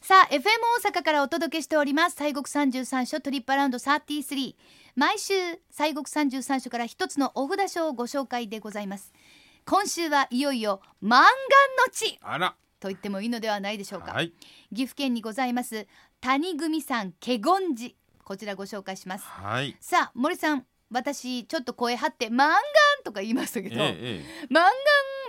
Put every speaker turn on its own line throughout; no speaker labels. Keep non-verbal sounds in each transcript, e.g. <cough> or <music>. さあ FM 大阪からお届けしております西国33所トリップアラウンド33毎週西国33所から一つのお札書をご紹介でございます今週はいよいよ満願の地
あら
と言ってもいいのではないでしょうか、
はい
岐阜県にございます谷組さん華厳寺こちらご紹介します
はい
さあ森さん私ちょっと声張って「満願」とか言いましたけ
え
ど「
え
満願」
え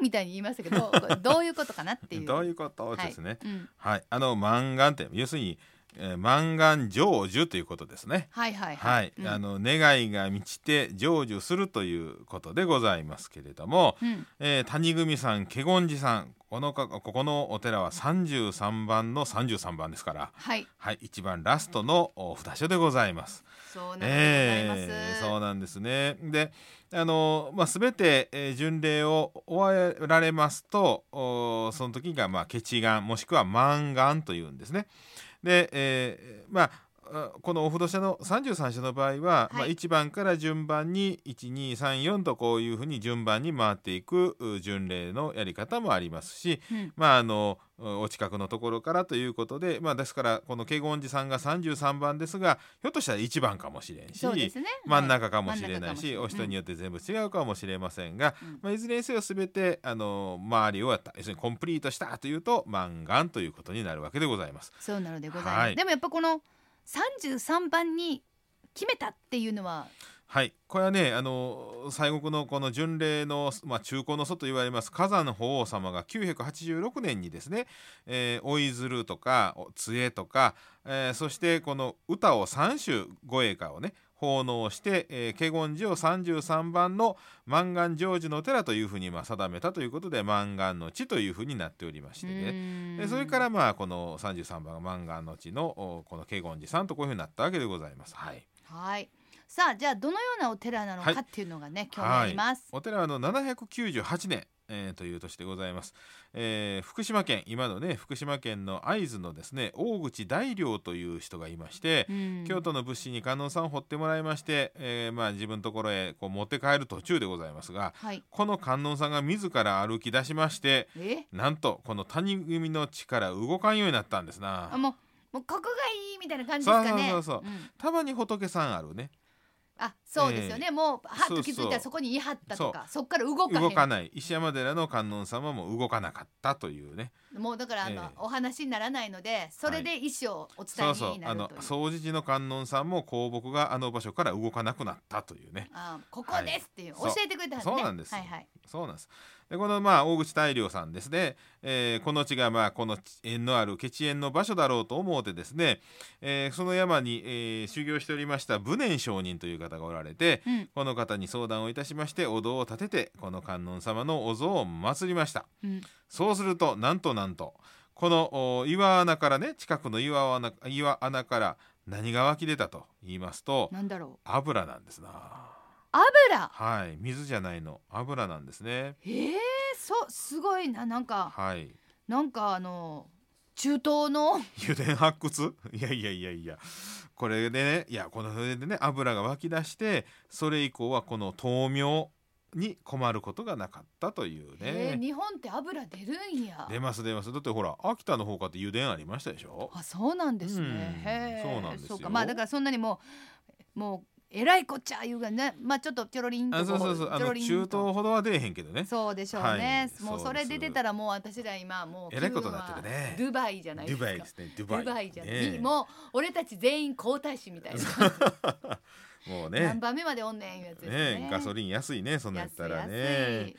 みたいに言いましたけどこれどういうことかなって
え
いう。
<laughs> どういうことですね
はいうん
はい、あの満願って要するに、えー、満願成就ということですね
はいはい
は
はいい。、うん
あの願いが満ちて成就するということでございますけれども、
うん
えー谷組さん華厳寺さんこのかここのお寺は33番の33番ですから、
はい、
はい、一番ラストのお札所でございます。
そうなんでございます。
えーそうなんですね。で、あのまあすべて、えー巡礼を終えられますと、おーその時がまあ血願もしくは満願というんですね。で、えーまあ。あこのお不動車の33社の場合は、
はい
まあ、1番から順番に1234とこういうふうに順番に回っていくう巡礼のやり方もありますし、
うん
まああのお近くのところからということで、まあ、ですからこの慶厳寺さんが33番ですがひょっとしたら1番かもしれんし、
そうですね。
真ん中かもしれない
真ん
し、
中かも
お
しれな
人
い
によって全部違うかもしれませんが、
うん
まあ、いずれにせよ全てあの周りをやった要するにコンプリートしたというと満願ということになるわけでございます。
そうなのでございます。
はい
でもやっぱこの三十三番に決めたっていうのは、
はい、これはねあの西国のこの巡礼の、まあ、中古の祖と言われます火山法皇様が986年にですね「えー追い鶴」とかお「杖」とか、えーそしてこの歌を3首護衛歌をね奉納して、えー、華厳寺を33番の満願成就の寺というふうにまあ定めたということで満願の地というふうになっておりましてね。
うー
で
ん
それからまあこの33番が満願の地のおこの華厳寺さんとこういうふうになったわけでございます。はい
はい。さあじゃあどのようなお寺なの
は
か
い
っていうのがね、今日もあります。
お寺はあの798年、えーという年でございます、えー福島県今のね福島県の会津のですね大口大良という人がいまして、
うん
京都の仏師に観音さんを掘ってもらいまして、えーまあ、自分のところへこう持って帰る途中でございますが
はい。
この観音さんが自ら歩き出しまして
え？
なんとこの谷組の力動かんようになったんですな
あもうもうここがいいみたいな感じですかね。
そうそうそうそ
ん
たまに仏さんあるね
あそうですよね、もうはっと気づいた
そうそ
ら
う
そこに言い張ったとかそっから動かへん
動かない石山寺の観音様も動かなかったというね
もうだからあの、
ええ
お話にならないのでそれで意思をお伝
そう
え
そう
にな
あ
る
の
という,、
総除寺の観音さんも香木があの場所から動かなくなったというね
あここですっていう、
はい
教えてくれたんです
そ
ね
うなんです
はいはい
そうなんですでこのまあ大口大良さんですね、えーこの地がまあこの地縁のあるケチ縁の場所だろうと思うてですね、えーその山に、えー修行しておりました武念上人という方がおられて
うん
この方に相談をいたしましてお堂を建ててこの観音様のお像を祀りました
うん
そうするとなんとなんとこのお岩穴からね近くの岩穴岩穴から何が湧き出たと言いますと
なんだろう
油なんですな
油
はい水じゃないの油なんですね
ええそうすごいななんか
はい
なんかあの中東の
油田発掘 <laughs> いやいやいやいやこれでねいやこのそれでね油が湧き出してそれ以降はこの豆苗に困ることがなかったという
ええ
ね
日本って油出るんや
出ます出ますだってほら秋田の方かって油田ありましたでしょ
あそうなんですね、
うん
へえ
そうなんですよ
かまあだからそんなにもうもうえらいこっちゃいうがねまあちょっとちょろりんと
あそうそう
こ
そう
ち
あ
ょろ
の中
りん
東
と
ほどは出えへんけどね
そうでしょうね、
はい
もう
そ
そう
で
れ
す
出てたらもう私ら今もう
えらいことになってるね
気分はドゥバイじゃないで
ドゥ
すか
バイですねドゥ
ド
バイ
ゥバイじゃない、
ね
もう俺たち全員皇太子みたいな、
もう
何
ね
番目までおんねんいうやつですね
ねガソリン安いねそんなんやったら
安
ね
い安い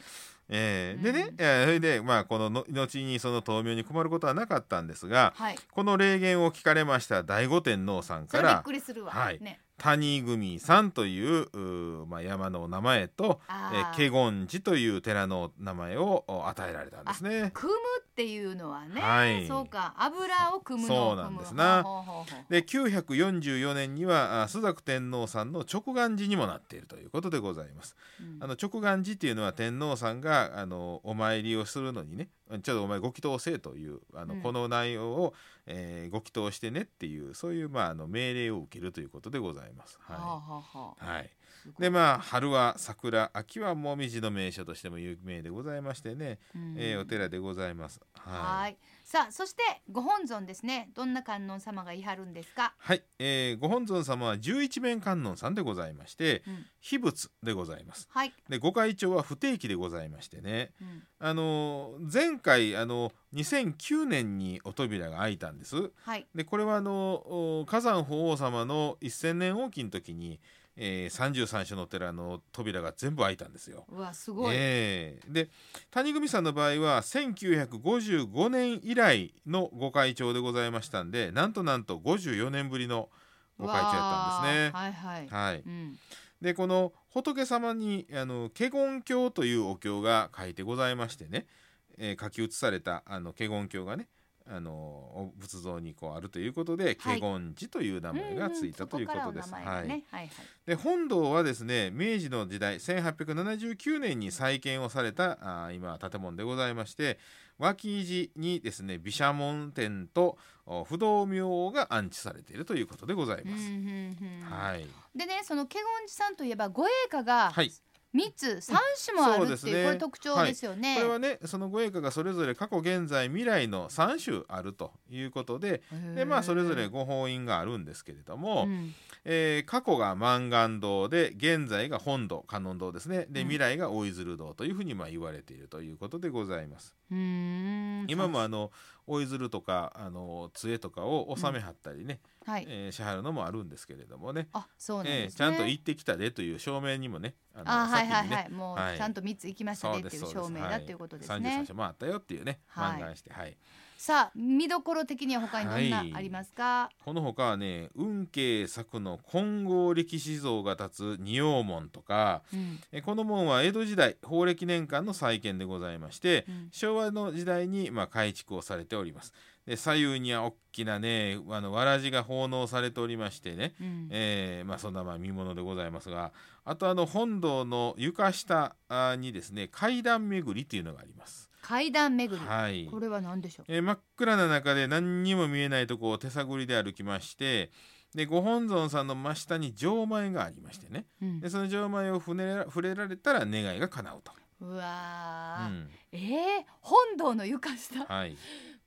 ええ
うん
でね、えーそれでまあこのの後にその豆苗に困ることはなかったんですが
はい
この霊言を聞かれました醍醐天皇さん
そ
か
れびっ
ら
くりするわ、
はい
ね
谷組さんといううーまあ、山のお名前と、え
あ
ー、
ー
華厳寺という寺の名前をお与えられたんですね。
組むっていうのはね、
はい
そうか油を組むの
そうなんですな
組むほうほうほうほう
で944年にはあー朱雀天皇さんの直願寺にもなっているということでございます。
うん
あの直願寺っていうのは天皇さんがあのお参りをするのにねちょっとお前ご祈祷せえというあの、
うん
この内容を、えーご祈祷してねっていうそういう、まあ、あの命令を受けるということでございます。
ほう
は
ほうほう
いはい、でまあ春は桜秋は紅葉の名所としても有名でございましてね、
うん
えーお寺でございます。はい
はい。さあ、そしてご本尊ですね。どんな観音様がいはるんですか。
はい、えーご本尊様は十一面観音さんでございまして、
うん
秘仏でございます。
はい。
で御開帳は不定期でございましてね、
うん
あのー前回あの2009年にお扉が開いたんです。
はい。
でこれはあのお火山法皇様の1,000年大きの時に、えー、33所のお寺の扉が全部開いたんですよ。
うわ、すごい。
ええで谷組さんの場合は1955年以来のご会長でございましたんでなんとなんと54年ぶりのご会長やったんです
う
ね。
わーはいはい。
はい、
うん。
でこの仏様にあの華厳経というお経が書いてございましてね、えー書き写されたあの華厳経がねあのお仏像にこうあるということで
は
華
い
厳寺という名前がついたということです。
んそからお名前がねはいはい。
で本堂はですね明治の時代1879年に再建をされたあー今建物でございまして脇地にですね毘沙門天とお不動明王が安置されているということでござい
うん
ます。
うんうん。
はい、
でね、その華厳寺さんといえば護衛歌が
はい、
三つ三種もあるって
そうです
いう
ね
これ特徴ですよね。
これはねその御栄華がそれぞれ過去現在未来の3種あるということでで、まあ、それぞれ
五
ご法印があるんですけれども、
うん
えー過去が満願堂で現在が本堂観音堂ですねで
うん
未来が大出堂というふうにまあ言われているということでございます。
うーん。
今もあの大出とかあの杖とかを納めはったりね、
はい。
えー支払うのもあるんですけれどもね
あ、そうなん
え
で
ー
すね。
ちゃんと行ってきたでという証明にもねあの
あ、はい
先
は
に
い
ね
はい。も
は
う
い
ちゃんと三つ行きました
そ
ね
う
って
です
いう
そうです
証明だっていうことです
は
ね
い、33。社もあったよっていうね
はい
満願して、はい
さあ見どころ的には他にどんなありますか、
この他はね運慶作の金剛力士像が立つ仁王門とか
うん
えこの門は江戸時代宝暦年間の再建でございまして
うん
昭和の時代にまあ改築をされております。で左右には大きなねあのわらじが奉納されておりましてね、
うん
えーまあ、そんなまあ見物でございますがあとあの本堂の床下あにですね階段巡りというのがあります。
階段巡り、
はい
これは何でしょう
えー真っ暗な中で何にも見えないとこを手探りで歩きましてでご本尊さんの真下に錠前がありましてね
うん
でその錠前を触れら触れられたら願いが叶うと、
うわ
う
ー、
ん
えー本堂の床下
はい、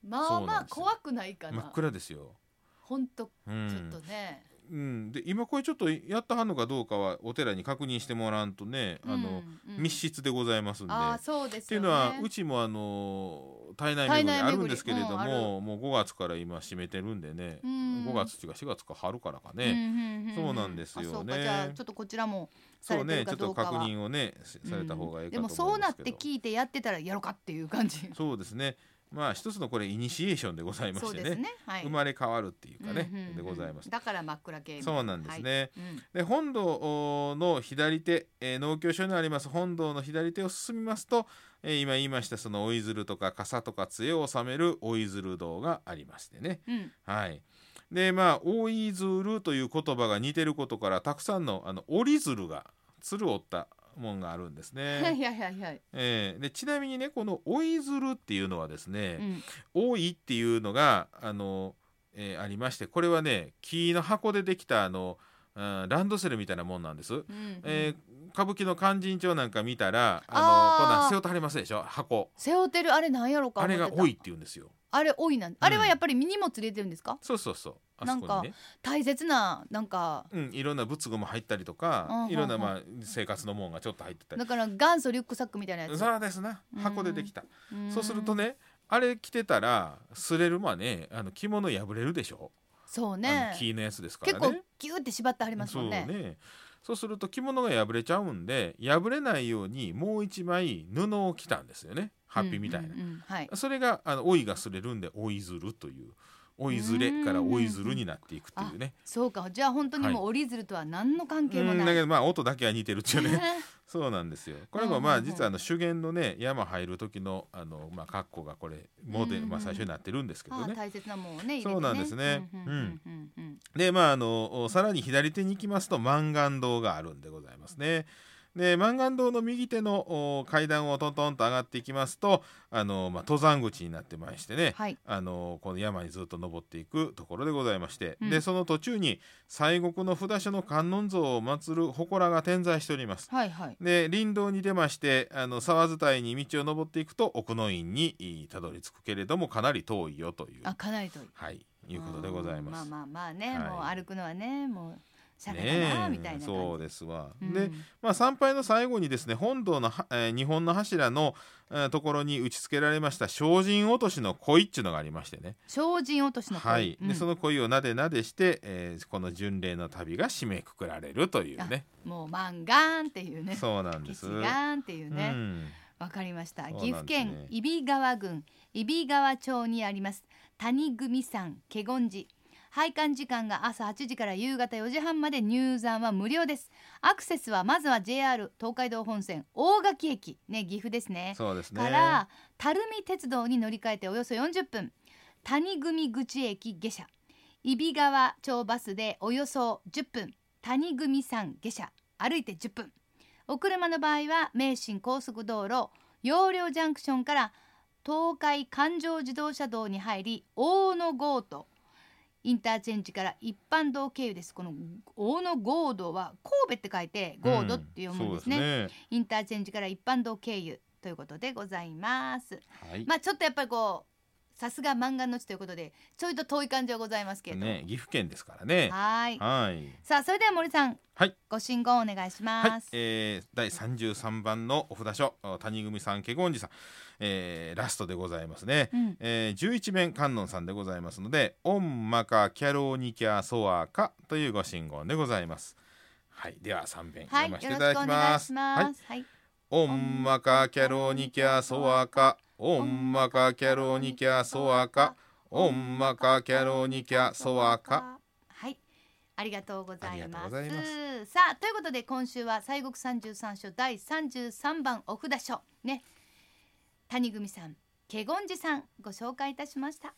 まあ
そう
ま
なん
あ
ですよ
怖くないか
真っ
な
暗ですよ。
ほんと
う
ちょ
ん
っとね、
うん、で今これちょっとやったはんのかどうかはお寺に確認してもらわんとね、あの
うんうん
密室でございますんで。
あー
っ
そうです
てい
よ
う
ね
のはうちもあの体内巡り
体内巡り
あるんですけれど
うん
も、もう5月から今閉めてるんでね、
うん
5月っていうか4月か春からか
うんう
ね、
んうん
そうなんですよね
あそうかじゃあちょっとこちらもさ
そ
れ
う
てる
ねちょ
か
っと
どうかは
確認をねしされた方がい
うん
いかと思うん
でも
ですけど、
そうなって聞いてやってたらやろうかっていう感じ
そうですねまあ一つのこれイニシエーションでございま
そう
して
で
ね
すねはい
生まれ変わるっていうかね、
うんうんうん
でございます
だから真っ暗系
そうなんですね、
はいうん
で本堂の左手、えー農協所にあります本堂の左手を進みますと、えー今言いましたその折鶴とか傘とか杖を収める折鶴堂がありましてね
うん
はいでまあ折鶴という言葉が似てることからたくさんのあの折鶴が鶴を折ったもんがあるんです
はい
ね、
はいはいはい。
えーでちなみにねこの折鶴っていうのはですね、
うん
多いっていうのがあの、えーありましてこれはね木の箱でできたあの、うんランドセルみたいなもんなんです。
うん
えー歌舞伎の勧進帳なんか見たらあの
あー
こんなん背負ってはりますでしょ箱
背負ってるあれなんやろか
あ
思っ
れ
てた
が多いって言うんですよ
あれ多いなんあれはやっぱり荷物入れてるんですか、
そうそうそうあそこにね
大切ななんか
うん、いろんな仏具も入ったりと
うんうんう
か
ん
いろんな、まあ、生活のもんがちょっと入ってたり
だから元祖リュックサックみたいなやつ
そうですな箱でできた
ん
そうするとねあれ着てたらすれるまねあの着物破れるでしょ、
そう
あ
ね
の木のやつですから
結
ね
構ギューって縛ってあります
そ
も
うん
ね
ねそうすると着物が破れちゃうんで破れないようにもう一枚布を着たんですよねハッピーみたいな、
うんうんうんはい
それがあの老いがすれるんで老いずるという老いずれから老いずるになっていくというね
そうかじゃあ本当にもう折り鶴とは何の関係
う
も
ん
ない、
だけどまあ音だけは似てるっ
<laughs>
ていうね <laughs>
ね
そうなんですよこれもま
うん
あ
うんうん
実はあの修験のね山入る時のあのまあ格好がこれモデ
うん
ル
うん
まあ最初になってるんですけど
ああ
ね
大切なもんをね入れてね
そうなんですね
うんうんうんうんうん
でまああのさらに左手に行きますと満願堂があるんでございますね。で満願堂の右手のお階段をトントンと上がっていきますとあの、まあ、登山口になってましてね、
はい
あのこの山にずっと登っていくところでございまして、
うん
でその途中に西国の札所の観音像を祀る祠が点在しております。
はいはい
で林道に出ましてあの沢伝いに道を登っていくと奥の院にえーたどり着くけれどもかなり遠いよという
あかなりとい
はいいうことでございます。
まあまあまあね、
はい
もう歩くのはねもうしゃれ
ね
だな
え
みたいな感じ
そうですわ。
うん
で、まあ、参拝の最後にですね本堂のは、えー日本の柱の、えーところに打ち付けられました精進落としの鯉っていうのがありましてね、
精進落としの声
はい
うん
でその鯉をなでなでして、えーこの巡礼の旅が締めくくられるというね
もうマンガーンっていうね
そうなんで
ケ
す。
チガーンっていう
う
ね
ん
わ、かりました、
そうなんです
岐
ね
阜県揖斐川郡揖斐川町にあります谷組山華厳寺拝観時間が朝8時から夕方4時半まで入山は無料ですアクセスはまずは JR 東海道本線大垣駅ね岐阜ですね
そうですね
から垂水鉄道に乗り換えておよそ40分谷組口駅下車揖斐川町バスでおよそ10分谷組山下車歩いて10分お車の場合は名神高速道路陽陵ジャンクションから東海環状自動車道に入り大野郷とインターチェンジから一般道経由ですこの大野郷道は神戸って書いて郷土って読むんですね,、
うそうですね
インターチェンジから一般道経由ということでございます。
はい。
まあちょっとやっぱりこうさすが漫画の地ということでちょいと遠い感じはございますけれども、
ね、岐阜県ですからね。
はーい。
はい。
さあそれでは森さん、
はい
ご信号お願いし
は
ま
い
す。、
えー、第33番のお札所谷組さん華厳寺さん、えー、ラストでございますね、
うん、
えー、11面観音さんでございますので「オンマカキャローニキャソアカ」というご信号でございますはいでは3面
はい、
読
よ
ま
ろしてくお
せいただき
願
ま
いし
す
ます。はい、
オンマカキャローニキャソアカオンマカキャローニキャソアカオンマカキャローニキャソアカ。
はい。ありがとうございま
あ
す
りがとうございま
さあということで今週は西国三十三所第三十三番お札所ね谷組さん華厳寺さんご紹介いたしました